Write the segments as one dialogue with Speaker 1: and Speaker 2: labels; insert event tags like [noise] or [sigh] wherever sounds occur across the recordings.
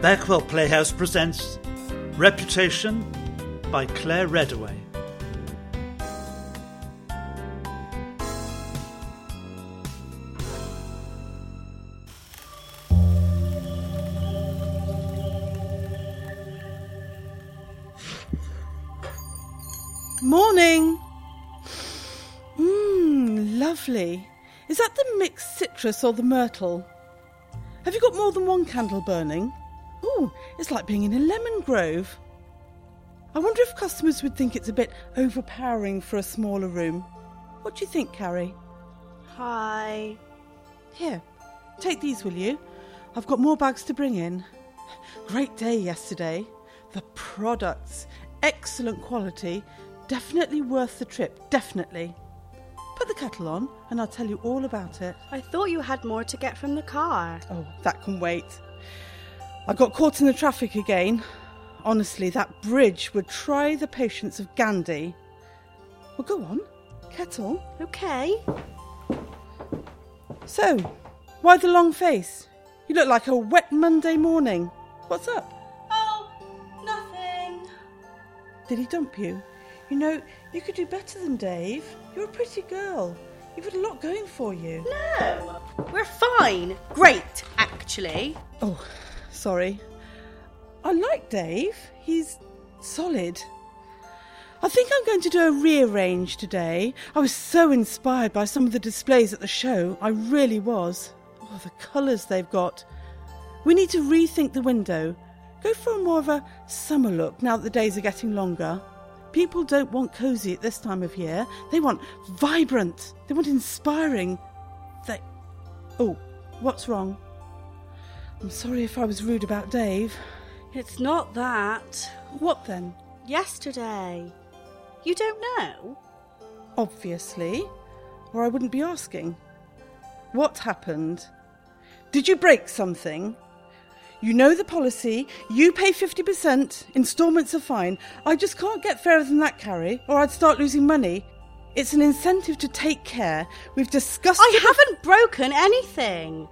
Speaker 1: Backwell Playhouse presents Reputation by Claire Redaway.
Speaker 2: Morning. Mmm, lovely. Is that the mixed citrus or the myrtle? Have you got more than one candle burning? Ooh, it's like being in a lemon grove. I wonder if customers would think it's a bit overpowering for a smaller room. What do you think, Carrie?
Speaker 3: Hi.
Speaker 2: Here, take these, will you? I've got more bags to bring in. Great day yesterday. The products, excellent quality, definitely worth the trip, definitely. Put the kettle on and I'll tell you all about it.
Speaker 3: I thought you had more to get from the car.
Speaker 2: Oh, that can wait. I got caught in the traffic again. Honestly, that bridge would try the patience of Gandhi. Well, go on, kettle.
Speaker 3: Okay.
Speaker 2: So, why the long face? You look like a wet Monday morning. What's up?
Speaker 3: Oh, nothing.
Speaker 2: Did he dump you? You know, you could do better than Dave. You're a pretty girl. You've had a lot going for you.
Speaker 3: No. Oh, We're fine. Great, actually.
Speaker 2: Oh, sorry. I like Dave. He's solid. I think I'm going to do a rearrange today. I was so inspired by some of the displays at the show. I really was. Oh, the colours they've got. We need to rethink the window. Go for a more of a summer look now that the days are getting longer. People don't want cosy at this time of year. They want vibrant. They want inspiring. They. Oh, what's wrong? I'm sorry if I was rude about Dave.
Speaker 3: It's not that.
Speaker 2: What then?
Speaker 3: Yesterday. You don't know?
Speaker 2: Obviously, or I wouldn't be asking. What happened? Did you break something? You know the policy. You pay 50%, instalments are fine. I just can't get fairer than that, Carrie, or I'd start losing money. It's an incentive to take care. We've discussed.
Speaker 3: I
Speaker 2: it-
Speaker 3: haven't broken anything.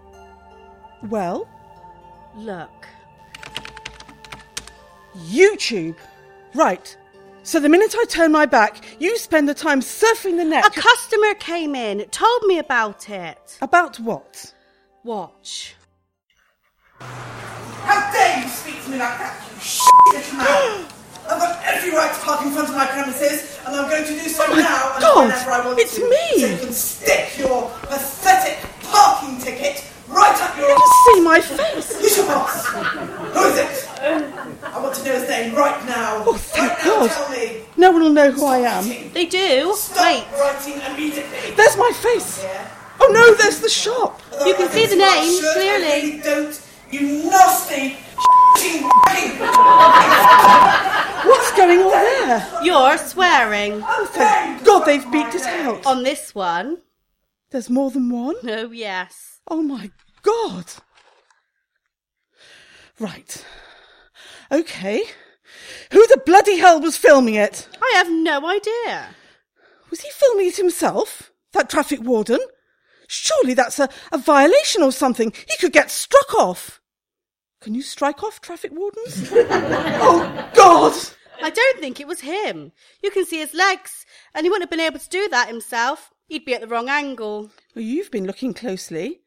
Speaker 2: Well,
Speaker 3: Look.
Speaker 2: YouTube. Right. So the minute I turn my back, you spend the time surfing the net.
Speaker 3: A customer came in, told me about it.
Speaker 2: About what?
Speaker 3: Watch.
Speaker 4: How dare you speak to me like that, you sh little man! I've got every right to park in front of my premises, and I'm going to do so
Speaker 2: Oh my
Speaker 4: now and
Speaker 2: God,
Speaker 4: whenever I want
Speaker 2: it's
Speaker 4: to.
Speaker 2: me.
Speaker 4: So you can stick your pathetic parking ticket right up your.
Speaker 2: Just see my face.
Speaker 4: Who's your boss? Who is it? I want to know his name right now.
Speaker 2: Oh, thank
Speaker 4: right
Speaker 2: God.
Speaker 4: Now, tell me.
Speaker 2: No one will know who I am.
Speaker 4: Writing.
Speaker 3: They do. Wait.
Speaker 4: Stop writing immediately.
Speaker 2: There's my face.
Speaker 4: Yeah.
Speaker 2: Oh no, there's the shop.
Speaker 4: Although
Speaker 3: You can
Speaker 4: I
Speaker 3: see
Speaker 4: don't
Speaker 3: the
Speaker 4: do what I
Speaker 3: name
Speaker 4: should, I
Speaker 3: clearly.
Speaker 4: really don't. You nasty, shitting, wagging.
Speaker 2: What's going on there?
Speaker 3: You're swearing.
Speaker 2: Oh, Thank God they've beeped it out.
Speaker 3: On this one.
Speaker 2: There's more than one?
Speaker 3: Oh, yes.
Speaker 2: Oh my God. Right. Okay. Who the bloody hell was filming it?
Speaker 3: I have no idea.
Speaker 2: Was he filming it himself? That traffic warden? Surely that's a, a violation or something. He could get struck off. Can you strike off traffic wardens? oh God!
Speaker 3: I don't think it was him. You can see his legs, and he wouldn't have been able to do that himself. He'd be at the wrong angle.
Speaker 2: Well, you've been looking closely.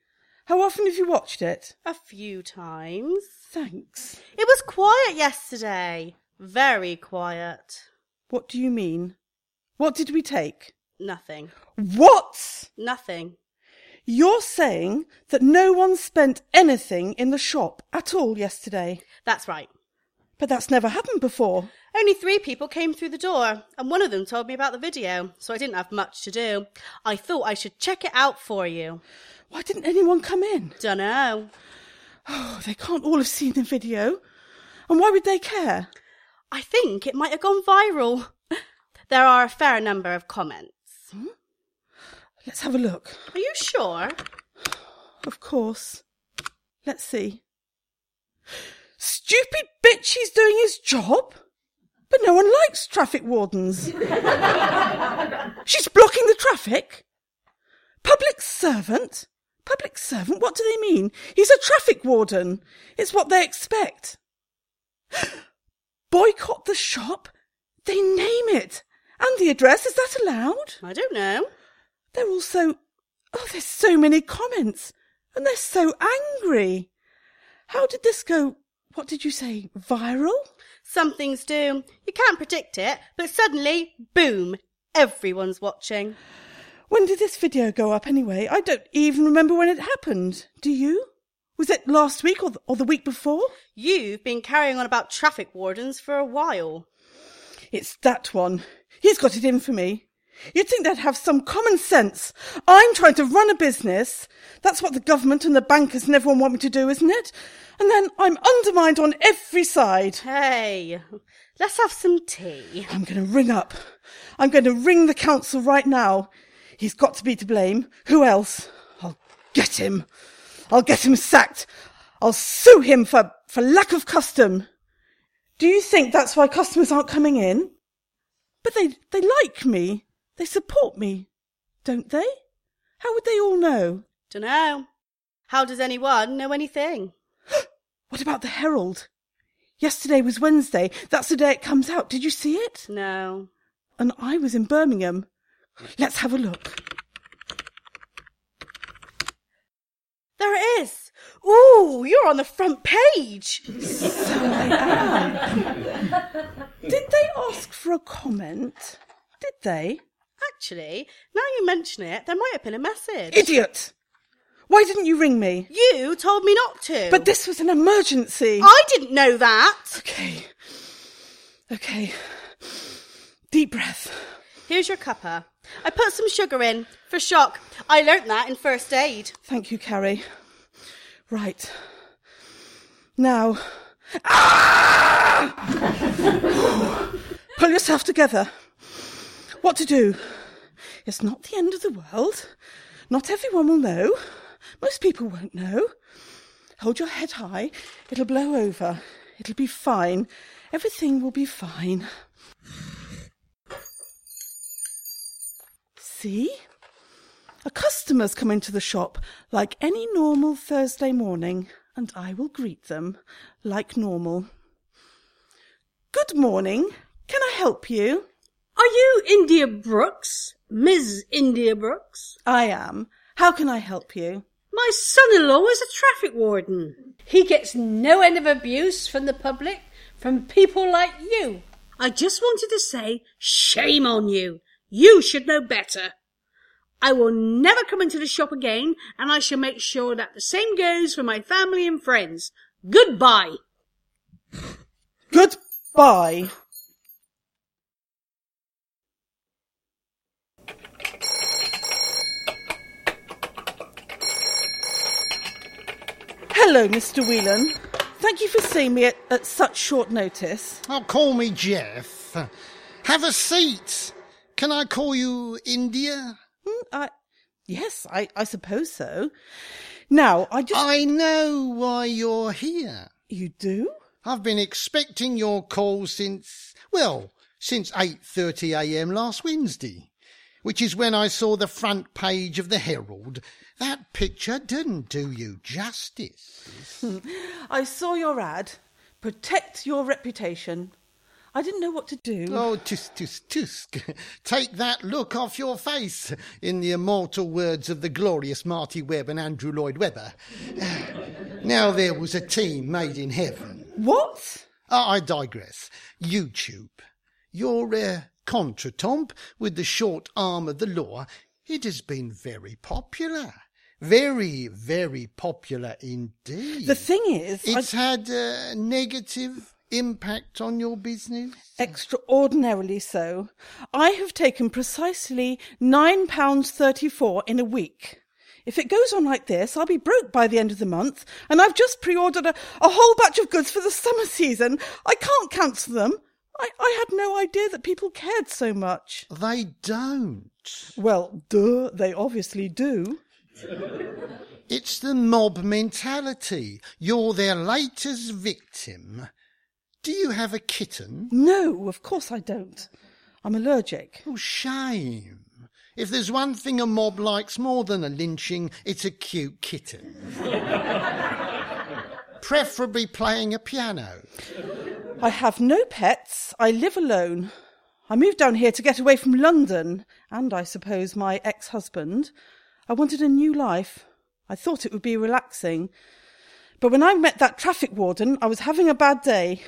Speaker 2: How often have you watched it?
Speaker 3: A few times.
Speaker 2: Thanks.
Speaker 3: It was quiet yesterday. Very quiet.
Speaker 2: What do you mean? What did we take?
Speaker 3: Nothing.
Speaker 2: What?
Speaker 3: Nothing.
Speaker 2: You're saying that no one spent anything in the shop at all yesterday.
Speaker 3: That's right.
Speaker 2: But that's never happened before.
Speaker 3: Only three people came through the door, and one of them told me about the video, so I didn't have much to do. I thought I should check it out for you.
Speaker 2: Why didn't anyone come in?
Speaker 3: Dunno.
Speaker 2: Oh, they can't all have seen the video. And why would they care?
Speaker 3: I think it might have gone viral. [laughs] There are a fair number of comments.
Speaker 2: Let's have a look.
Speaker 3: Are you sure?
Speaker 2: Of course. Let's see. Stupid bitch, he's doing his job. But no one likes traffic wardens. She's blocking the traffic. Public servant? Public servant? What do they mean? He's a traffic warden. It's what they expect. [gasps] Boycott the shop? They name it. And the address, is that allowed?
Speaker 3: I don't know.
Speaker 2: They're all so. Oh, there's so many comments. And they're so angry. How did this go? What did you say? Viral?
Speaker 3: Some things do. You can't predict it, but suddenly, boom, everyone's watching.
Speaker 2: When did this video go up anyway? I don't even remember when it happened. Do you? Was it last week or the, or the week before?
Speaker 3: You've been carrying on about traffic wardens for a while.
Speaker 2: It's that one. He's got it in for me. You'd think they'd have some common sense. I'm trying to run a business. That's what the government and the bankers and everyone want me to do, isn't it? And then I'm undermined on every side.
Speaker 3: Hey, let's have some tea.
Speaker 2: I'm going to ring up. I'm going to ring the council right now. He's got to be to blame. Who else? I'll get him. I'll get him sacked. I'll sue him for, for lack of custom. Do you think that's why customers aren't coming in? But they, they like me. They support me, don't they? How would they all know?
Speaker 3: Dunno. How does anyone know anything?
Speaker 2: What about the Herald? Yesterday was Wednesday. That's the day it comes out. Did you see it?
Speaker 3: No.
Speaker 2: And I was in Birmingham. Let's have a look.
Speaker 3: There it is. Ooh, you're on the front page.
Speaker 2: Did they ask for a comment? Did they?
Speaker 3: Actually, now you mention it, there might have been a message.
Speaker 2: Idiot! Why didn't you ring me?
Speaker 3: you told me not to.
Speaker 2: But this was an emergency.
Speaker 3: I didn't know that.
Speaker 2: Okay. Okay. Deep breath.
Speaker 3: Here's your cuppa. I put some sugar in for shock. I learnt that in first aid.
Speaker 2: Thank you, Carrie. Right. Now. Ah! Pull yourself together. What to do? It's not the end of the world. Not everyone will know. Most people won't know. Hold your head high. It'll blow over. It'll be fine. Everything will be fine. See? A customer's come into the shop like any normal Thursday morning, and I will greet them like normal. Good morning. Can I help you?
Speaker 5: Are you India Brooks? Ms. India Brooks?
Speaker 2: I am. How can I help you?
Speaker 5: My son in law is a traffic warden. He gets no end of abuse from the public, from people like you. I just wanted to say, shame on you. You should know better. I will never come into the shop again, and I shall make sure that the same goes for my family and friends. Goodbye.
Speaker 2: Goodbye. Hello, Mr. Whelan. Thank you for seeing me at, at such short notice.
Speaker 6: Oh, call me Jeff. Have a seat. Can I call you India?
Speaker 2: Hmm, I, yes, I, I suppose so. Now, I just.
Speaker 6: I know why you're here.
Speaker 2: you do?
Speaker 6: I've been expecting your call since, well, since 8:30 a.m. last Wednesday, which is when I saw the front page of the Herald. That picture didn't do you justice.
Speaker 2: I saw your ad. Protect your reputation. I didn't know what to do.
Speaker 6: Oh, tisk, tisk, tisk. [laughs] Take that look off your face, in the immortal words of the glorious Marty Webb and Andrew Lloyd Webber. [sighs] now there was a team made in heaven.
Speaker 2: What?
Speaker 6: Ah, I digress. YouTube. Your uh, contretemps with the short arm of the law, it has been very popular. Very, very popular indeed.
Speaker 2: The thing is, I-
Speaker 6: it's had a negative impact on your business?
Speaker 2: extraordinarily so. I have taken precisely £9.34 in a week. If it goes on like this, I'll be broke by the end of the month, and I've just pre ordered a, a whole batch of goods for the summer season. I can't cancel them. I, I had no idea that people cared so much.
Speaker 6: They don't.
Speaker 2: Well, duh, they obviously do.
Speaker 6: It's the mob mentality. You're their latest victim. Do you have a kitten?
Speaker 2: No, of course I don't. I'm allergic.
Speaker 6: Oh, shame. If there's one thing a mob likes more than a lynching, it's a cute kitten. [laughs] Preferably playing a piano.
Speaker 2: I have no pets. I live alone. I moved down here to get away from London and, I suppose, my ex husband. I wanted a new life. I thought it would be relaxing. But when I met that traffic warden, I was having a bad day.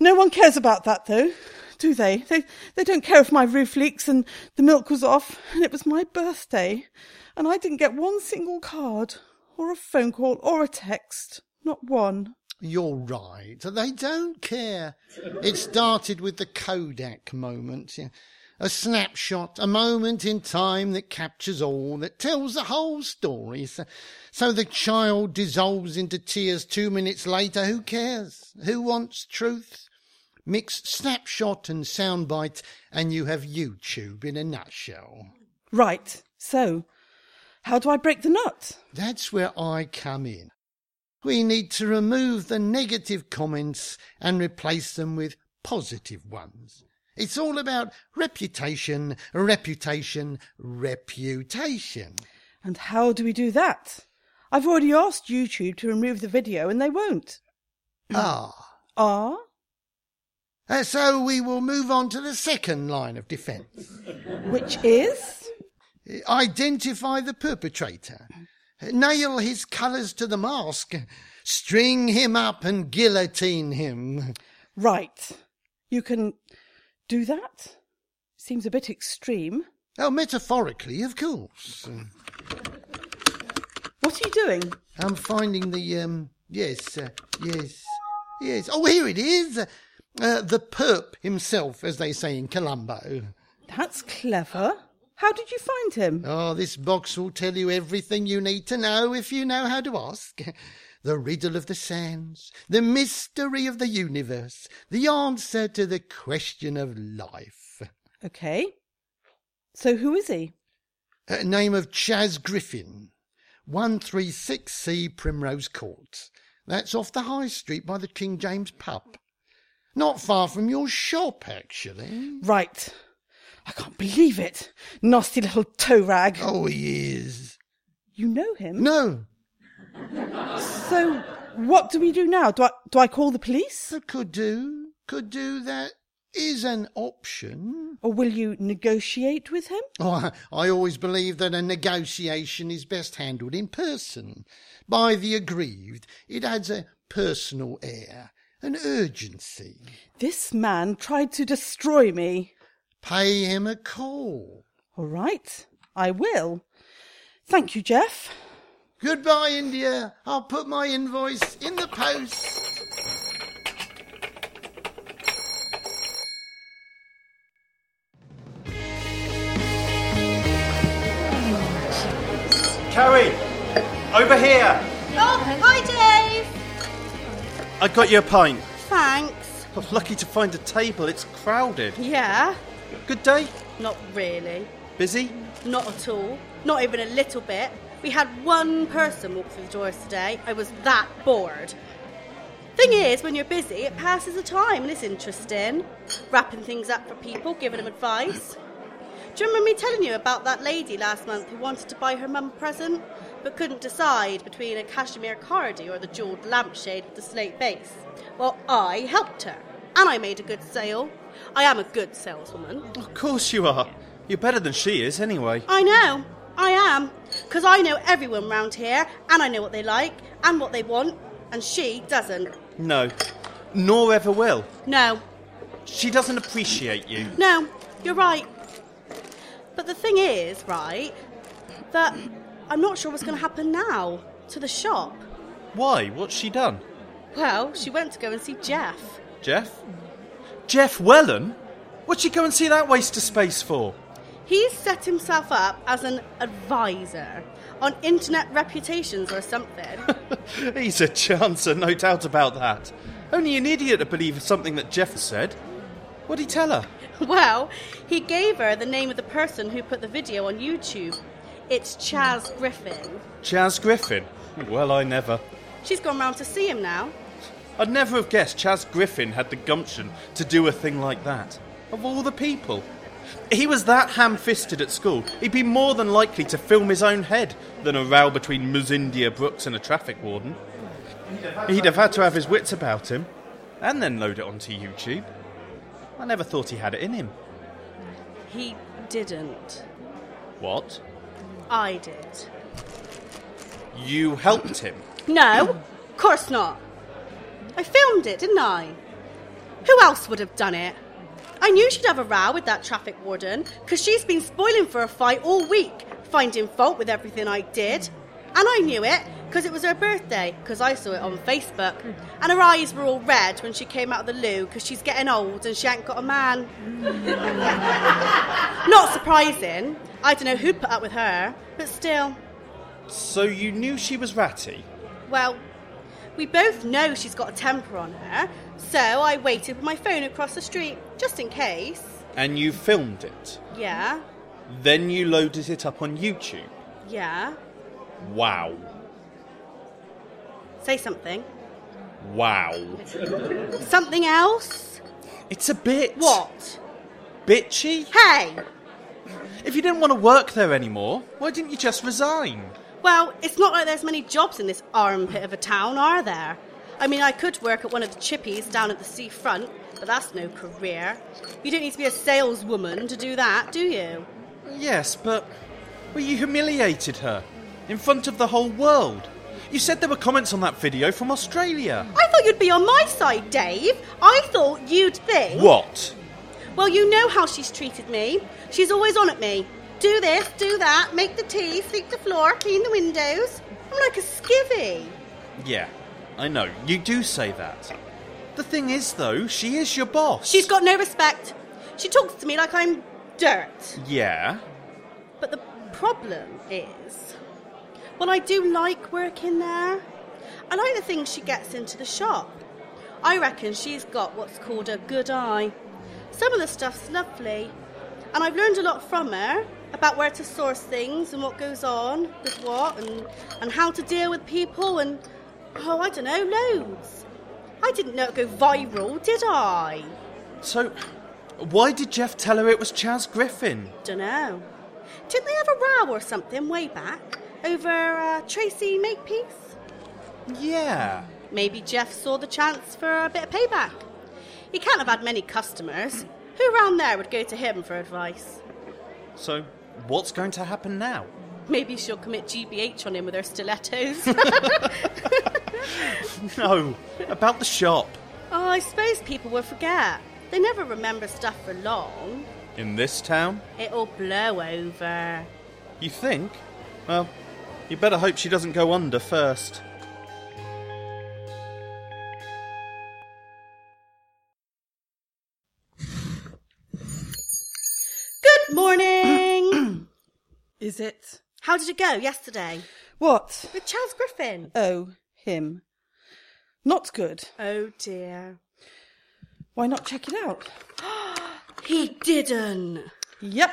Speaker 2: No one cares about that, though, do they? They, they don't care if my roof leaks and the milk was off and it was my birthday and I didn't get one single card or a phone call or a text. Not one.
Speaker 6: You're right. They don't care. It started with the Kodak moment. yeah. A snapshot, a moment in time that captures all, that tells the whole story. So, so the child dissolves into tears two minutes later. Who cares? Who wants truth? Mix snapshot and soundbite, and you have YouTube in a nutshell.
Speaker 2: Right. So, how do I break the nut?
Speaker 6: That's where I come in. We need to remove the negative comments and replace them with positive ones. It's all about reputation, reputation, reputation.
Speaker 2: And how do we do that? I've already asked YouTube to remove the video and they won't.
Speaker 6: ah.
Speaker 2: Ah?
Speaker 6: Uh, so we will move on to the second line of defence.
Speaker 2: Which is?
Speaker 6: Identify the perpetrator. Nail his colours to the mask. String him up and guillotine him.
Speaker 2: Right. You can do that? Seems a bit extreme.
Speaker 6: Oh, metaphorically, of course.
Speaker 2: What are you doing?
Speaker 6: I'm finding the um. Yes, uh, yes, yes. Oh, here it is. Uh, the perp himself, as they say in Colombo.
Speaker 2: That's clever. How did you find him?
Speaker 6: Oh, this box will tell you everything you need to know if you know how to ask. The riddle of the sands, the mystery of the universe, the answer to the question of life.
Speaker 2: Okay. So who is he?
Speaker 6: Uh, name of Chaz Griffin, 136C Primrose Court. That's off the high street by the King James pub. Not far from your shop, actually.
Speaker 2: Right. I can't believe it. Nasty little toe rag.
Speaker 6: Oh, he is.
Speaker 2: You know him?
Speaker 6: No,
Speaker 2: So what do we do now? Do I, do I call the police?
Speaker 6: that could do. Could do. That is an option.
Speaker 2: Or will you negotiate with him?
Speaker 6: Oh, I, I always believe that a negotiation is best handled in person by the aggrieved. It adds a personal air, an urgency.
Speaker 2: This man tried to destroy me.
Speaker 6: Pay him a call.
Speaker 2: All right, I will. Thank you, Jeff.
Speaker 6: Goodbye, India. I'll put my invoice in the post.
Speaker 7: Carrie, over here.
Speaker 3: Oh, hi, Dave.
Speaker 7: I got you a pint.
Speaker 3: Thanks.
Speaker 7: I'm lucky to find a table. It's crowded.
Speaker 3: Yeah,
Speaker 7: Good day.
Speaker 3: not really.
Speaker 7: Busy.
Speaker 3: Not at all. Not even a little bit. We had one person walk through the doors today. I was that bored. Thing is, when you're busy, it passes the time and it's interesting. Wrapping things up for people, giving them advice. Do you remember me telling you about that lady last month who wanted to buy her mum a present but couldn't decide between a cashmere cardi or the jewelled lampshade with the slate base? Well, I helped her and I made a good sale. I am a good saleswoman.
Speaker 7: Of course you are. You're better than she is, anyway.
Speaker 3: I know. I am. 'Cause I know everyone round here, and I know what they like and what they want, and she doesn't.
Speaker 7: No. Nor ever will.
Speaker 3: No,
Speaker 7: She doesn't appreciate you.
Speaker 3: no, you're right. But the thing is, right, that I'm not sure what's going to happen now to the shop.
Speaker 7: Why? What's she done?
Speaker 3: Well, she went to go and see Jeff.
Speaker 7: Jeff? Jeff Wellen? What'd she go and see that waste of space for?
Speaker 3: He's set himself up as an advisor on internet reputations or something.
Speaker 7: He's a chancer, no doubt about that. Only an idiot to believe something that Jeff said. What'd he tell her?
Speaker 3: [laughs] Well, he gave her the name of the person who put the video on YouTube. It's Chaz Griffin.
Speaker 7: Chaz Griffin? Well, I never.
Speaker 3: She's gone round to see him now.
Speaker 7: I'd never have guessed Chaz Griffin had the gumption to do a thing like that. Of all the people. he was that ham fisted at school, he'd be more than likely to film his own head than a row between Ms. India Brooks and a traffic warden. He'd have had to have his wits about him and then load it onto YouTube. I never thought he had it in him.
Speaker 3: He didn't.
Speaker 7: What?
Speaker 3: I did.
Speaker 7: You helped him.
Speaker 3: No, of course not. I filmed it, didn't I? Who else would have done it? I knew she'd have a row with that traffic warden, because she's been spoiling for a fight all week, finding fault with everything I did. And I knew it, because it was her birthday, because I saw it on Facebook. And her eyes were all red when she came out of the loo, because she's getting old and she ain't got a man. [laughs] Not surprising. I don't know who put up with her, but still.
Speaker 7: So you knew she was ratty?
Speaker 3: Well, we both know she's got a temper on her, so I waited with my phone across the street, just in case.
Speaker 7: And you filmed it.
Speaker 3: Yeah,
Speaker 7: Then you loaded it up on YouTube.
Speaker 3: yeah.
Speaker 7: Wow.
Speaker 3: Say something.
Speaker 7: Wow.
Speaker 3: Something else?
Speaker 7: It's a bit.
Speaker 3: What?
Speaker 7: Bitchy?
Speaker 3: Hey!
Speaker 7: If you didn't want to work there anymore, why didn't you just resign?
Speaker 3: Well, it's not like there's many jobs in this armpit of a town, are there? I mean, I could work at one of the chippies down at the seafront, but that's no career. You don't need to be a saleswoman to do that, do you?
Speaker 7: Yes, but. Well, you humiliated her. In front of the whole world. You said there were comments on that video from Australia.
Speaker 3: I thought you'd be on my side, Dave. I thought you'd think.
Speaker 7: What?
Speaker 3: Well, you know how she's treated me. She's always on at me. Do this, do that, make the tea, sweep the floor, clean the windows. I'm like a skivvy.
Speaker 7: Yeah, I know. You do say that. The thing is, though, she is your boss.
Speaker 3: She's got no respect. She talks to me like I'm dirt.
Speaker 7: Yeah.
Speaker 3: But the problem is, well, I do like working there. I like the things she gets into the shop. I reckon she's got what's called a good eye. Some of the stuff's lovely, and I've learned a lot from her about where to source things and what goes on with what and, and how to deal with people and, oh, I don't know, loads. I didn't know it'd go viral, did I?
Speaker 7: So, why did Jeff tell her it was Chaz Griffin?
Speaker 3: Dunno. Didn't they have a row or something way back over uh, Tracy Makepeace?
Speaker 7: Yeah.
Speaker 3: Maybe Jeff saw the chance for a bit of payback. He can't have had many customers. Who round there would go to him for advice?
Speaker 7: So, what's going to happen now? [laughs]
Speaker 3: Maybe she'll commit GBH on him with her stilettos. [laughs] Oh,
Speaker 7: No, about the shop.
Speaker 3: oh, I suppose people will forget. They never remember stuff for long.
Speaker 7: In this town?
Speaker 3: It'll blow over.
Speaker 7: You think? Well, you better hope she doesn't go under first.
Speaker 3: Good morning!
Speaker 2: Is it?
Speaker 3: How did it go yesterday?
Speaker 2: What?
Speaker 3: With Charles Griffin.
Speaker 2: Oh, him. Not good.
Speaker 3: Oh dear.
Speaker 2: Why not check it out?
Speaker 3: He didn't.
Speaker 2: Yep.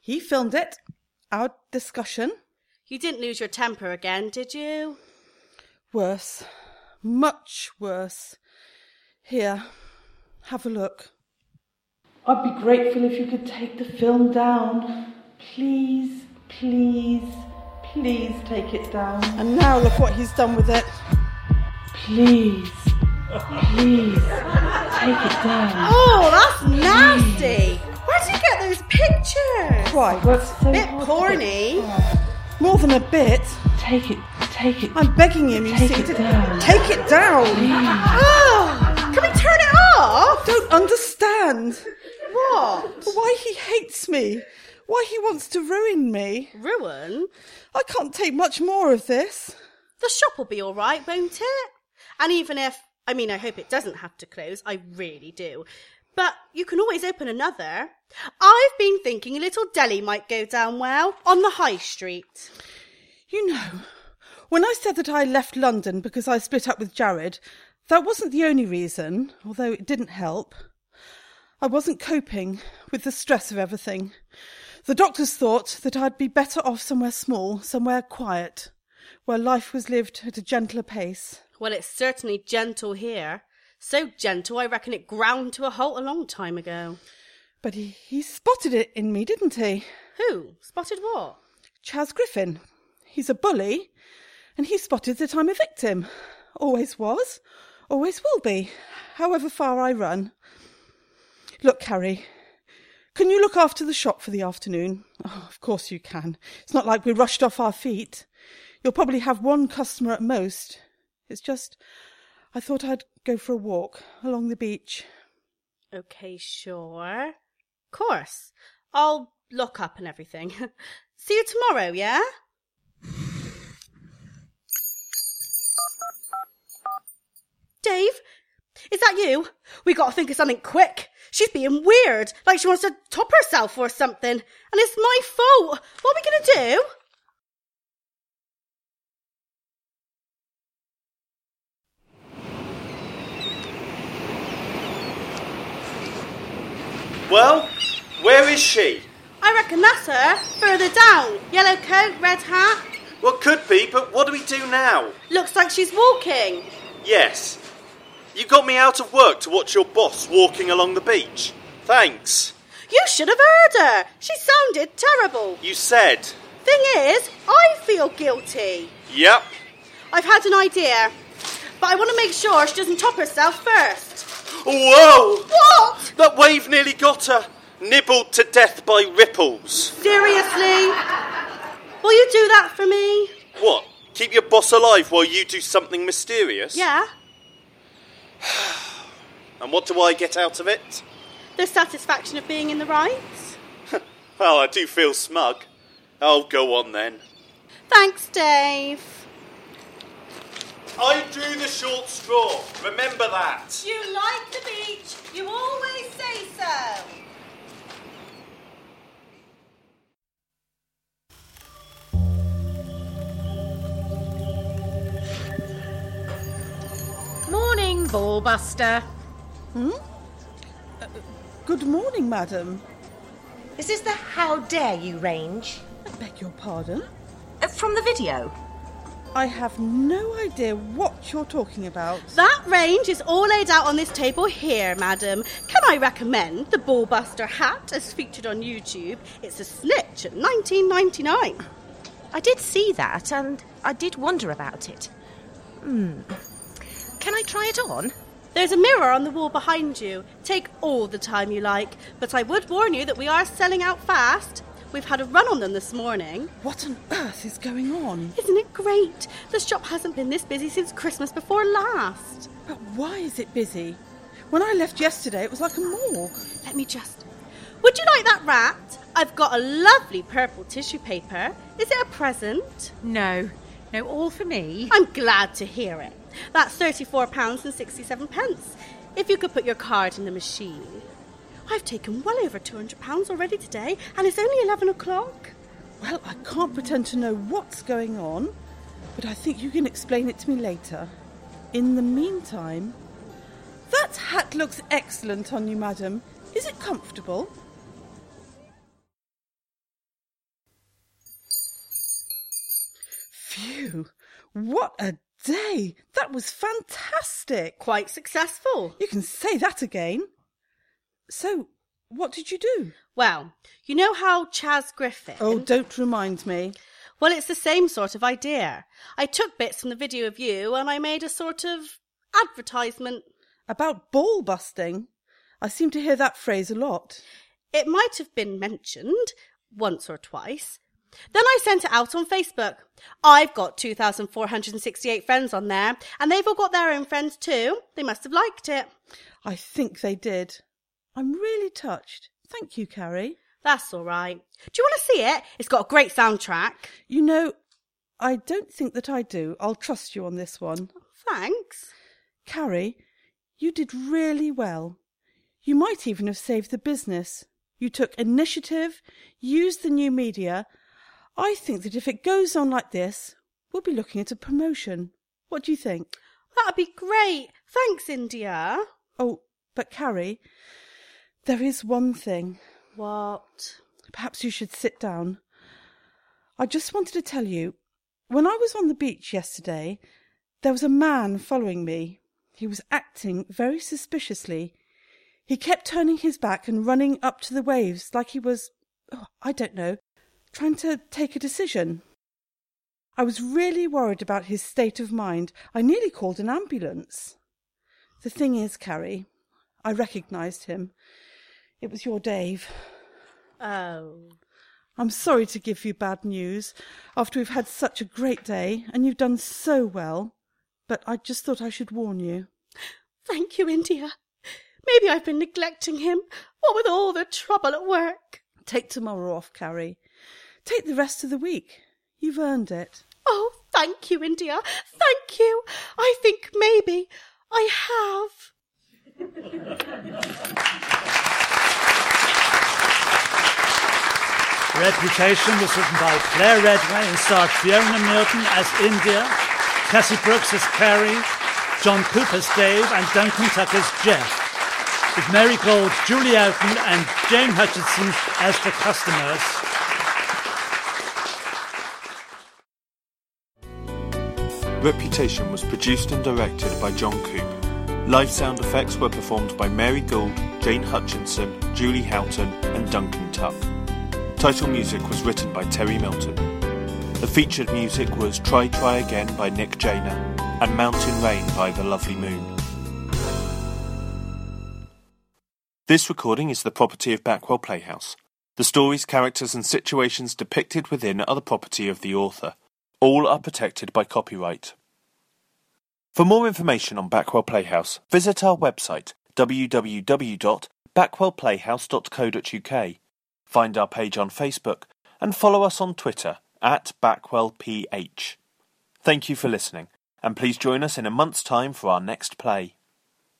Speaker 2: He filmed it. Our discussion.
Speaker 3: You didn't lose your temper again, did you?
Speaker 2: Worse. Much worse. Here. Have a look. I'd be grateful if you could take the film down. Please, please, please take it down. And now look what he's done with it. Please, please, take it down.
Speaker 3: Oh, that's nasty. Where did you get those pictures?
Speaker 2: Right, that's so
Speaker 3: Bit porny.
Speaker 2: More than a bit. Take it, take it. I'm begging him. You see, to- take it down.
Speaker 3: Oh, can we turn it off?
Speaker 2: Don't understand
Speaker 3: What?
Speaker 2: why he hates me, why he wants to ruin me.
Speaker 3: Ruin?
Speaker 2: I can't take much more of this.
Speaker 3: The shop will be all right, won't it? And even if, I mean, I hope it doesn't have to close. I really do. But you can always open another. I've been thinking a little deli might go down well on the high street.
Speaker 2: You know, when I said that I left London because I split up with Jared, that wasn't the only reason, although it didn't help. I wasn't coping with the stress of everything. The doctors thought that I'd be better off somewhere small, somewhere quiet, where life was lived at a gentler pace.
Speaker 3: Well, it's certainly gentle here. So gentle, I reckon it ground to a halt a long time ago.
Speaker 2: But he, he spotted it in me, didn't he?
Speaker 3: Who? Spotted what?
Speaker 2: Chaz Griffin. He's a bully, and he spotted that I'm a victim. Always was, always will be, however far I run. Look, Carrie, can you look after the shop for the afternoon? Oh, of course you can. It's not like we rushed off our feet. You'll probably have one customer at most. It's just, I thought I'd go for a walk along the beach.
Speaker 3: Okay, sure. Course. I'll look up and everything. [laughs] See you tomorrow, yeah? Dave, is that you? We gotta think of something quick. She's being weird, like she wants to top herself or something. And it's my fault. What are we gonna do?
Speaker 7: Well, where is she?
Speaker 3: I reckon that's her. Further down. Yellow coat, red hat.
Speaker 7: Well, could be, but what do we do now?
Speaker 3: Looks like she's walking.
Speaker 7: Yes. You got me out of work to watch your boss walking along the beach. Thanks.
Speaker 3: You should have heard her. She sounded terrible.
Speaker 7: You said.
Speaker 3: Thing is, I feel guilty.
Speaker 7: Yep.
Speaker 3: I've had an idea. But I want to make sure she doesn't top herself first.
Speaker 7: Whoa!
Speaker 3: What?
Speaker 7: That wave nearly got her. Nibbled to death by ripples.
Speaker 3: Seriously? Will you do that for me?
Speaker 7: What? Keep your boss alive while you do something mysterious?
Speaker 3: Yeah.
Speaker 7: And what do I get out of it?
Speaker 3: The satisfaction of being in the right?
Speaker 7: Well, I do feel smug. I'll go on then.
Speaker 3: Thanks, Dave.
Speaker 7: I drew the short straw. Remember that.
Speaker 3: You like the beach. You always say so.
Speaker 5: Morning, Ballbuster.
Speaker 2: Good morning, madam.
Speaker 8: Is [laughs] this the how dare you range?
Speaker 2: I beg your pardon.
Speaker 8: Uh, From the video?
Speaker 2: I have no idea what you're talking about.
Speaker 3: That range is all laid out on this table here, madam. Can I recommend the Ballbuster hat as featured on YouTube? It's a snitch at 19.99.
Speaker 8: I did see that and I did wonder about it. Hmm. Can I try it on?
Speaker 3: There's a mirror on the wall behind you. Take all the time you like, but I would warn you that we are selling out fast. We've had a run on them this morning.
Speaker 2: What on earth is going on?
Speaker 3: Isn't it great? The shop hasn't been this busy since Christmas before last.
Speaker 2: But why is it busy? When I left yesterday, it was like a morgue.
Speaker 3: Let me just. Would you like that wrapped? I've got a lovely purple tissue paper. Is it a present?
Speaker 5: No, no, all for me.
Speaker 3: I'm glad to hear it. That's £34.67. pence. If you could put your card in the machine. I've taken well over £200 already today, and it's only 11 o'clock.
Speaker 2: Well, I can't pretend to know what's going on, but I think you can explain it to me later. In the meantime, that hat looks excellent on you, madam. Is it comfortable? Phew, what a day! That was fantastic!
Speaker 3: Quite successful.
Speaker 2: You can say that again. So, what did you do?
Speaker 3: Well, you know how Chaz Griffin.
Speaker 2: Oh, don't remind me.
Speaker 3: Well, it's the same sort of idea. I took bits from the video of you and I made a sort of advertisement.
Speaker 2: About ball busting. I seem to hear that phrase a lot.
Speaker 3: It might have been mentioned once or twice. Then I sent it out on Facebook. I've got 2,468 friends on there, and they've all got their own friends too. They must have liked it.
Speaker 2: I think they did. I'm really touched. Thank you, Carrie.
Speaker 3: That's all right. Do you want to see it? It's got a great soundtrack.
Speaker 2: You know, I don't think that I do. I'll trust you on this one.
Speaker 3: Thanks.
Speaker 2: Carrie, you did really well. You might even have saved the business. You took initiative, used the new media. I think that if it goes on like this, we'll be looking at a promotion. What do you think?
Speaker 3: That'd be great. Thanks, India.
Speaker 2: Oh, but Carrie, there is one thing.
Speaker 3: What?
Speaker 2: Perhaps you should sit down. I just wanted to tell you when I was on the beach yesterday, there was a man following me. He was acting very suspiciously. He kept turning his back and running up to the waves like he was, oh, I don't know, trying to take a decision. I was really worried about his state of mind. I nearly called an ambulance. The thing is, Carrie, I recognised him. It was your Dave.
Speaker 3: Oh.
Speaker 2: I'm sorry to give you bad news after we've had such a great day and you've done so well, but I just thought I should warn you.
Speaker 3: Thank you, India. Maybe I've been neglecting him, what with all the trouble at work.
Speaker 2: Take tomorrow off, Carrie. Take the rest of the week. You've earned it.
Speaker 3: Oh, thank you, India. Thank you. I think maybe I have.
Speaker 1: Reputation was written by Claire Redway and starred Fiona Milton as India, Cassie Brooks as Carrie, John Cooper as Dave, and Duncan Tucker as Jeff. With Mary Gold, Julie Outen, and Jane Hutchinson as the customers.
Speaker 7: Reputation was produced and directed by John Coop. Live sound effects were performed by Mary Gould, Jane Hutchinson, Julie Houghton, and Duncan Tuck. Title music was written by Terry Milton. The featured music was Try Try Again by Nick Janer and Mountain Rain by The Lovely Moon. This recording is the property of Backwell Playhouse. The stories, characters, and situations depicted within are the property of the author. All are protected by copyright. For more information on Backwell Playhouse, visit our website www.backwellplayhouse.co.uk. Find our page on Facebook and follow us on Twitter at BackwellPH. Thank you for listening, and please join us in a month's time for our next play.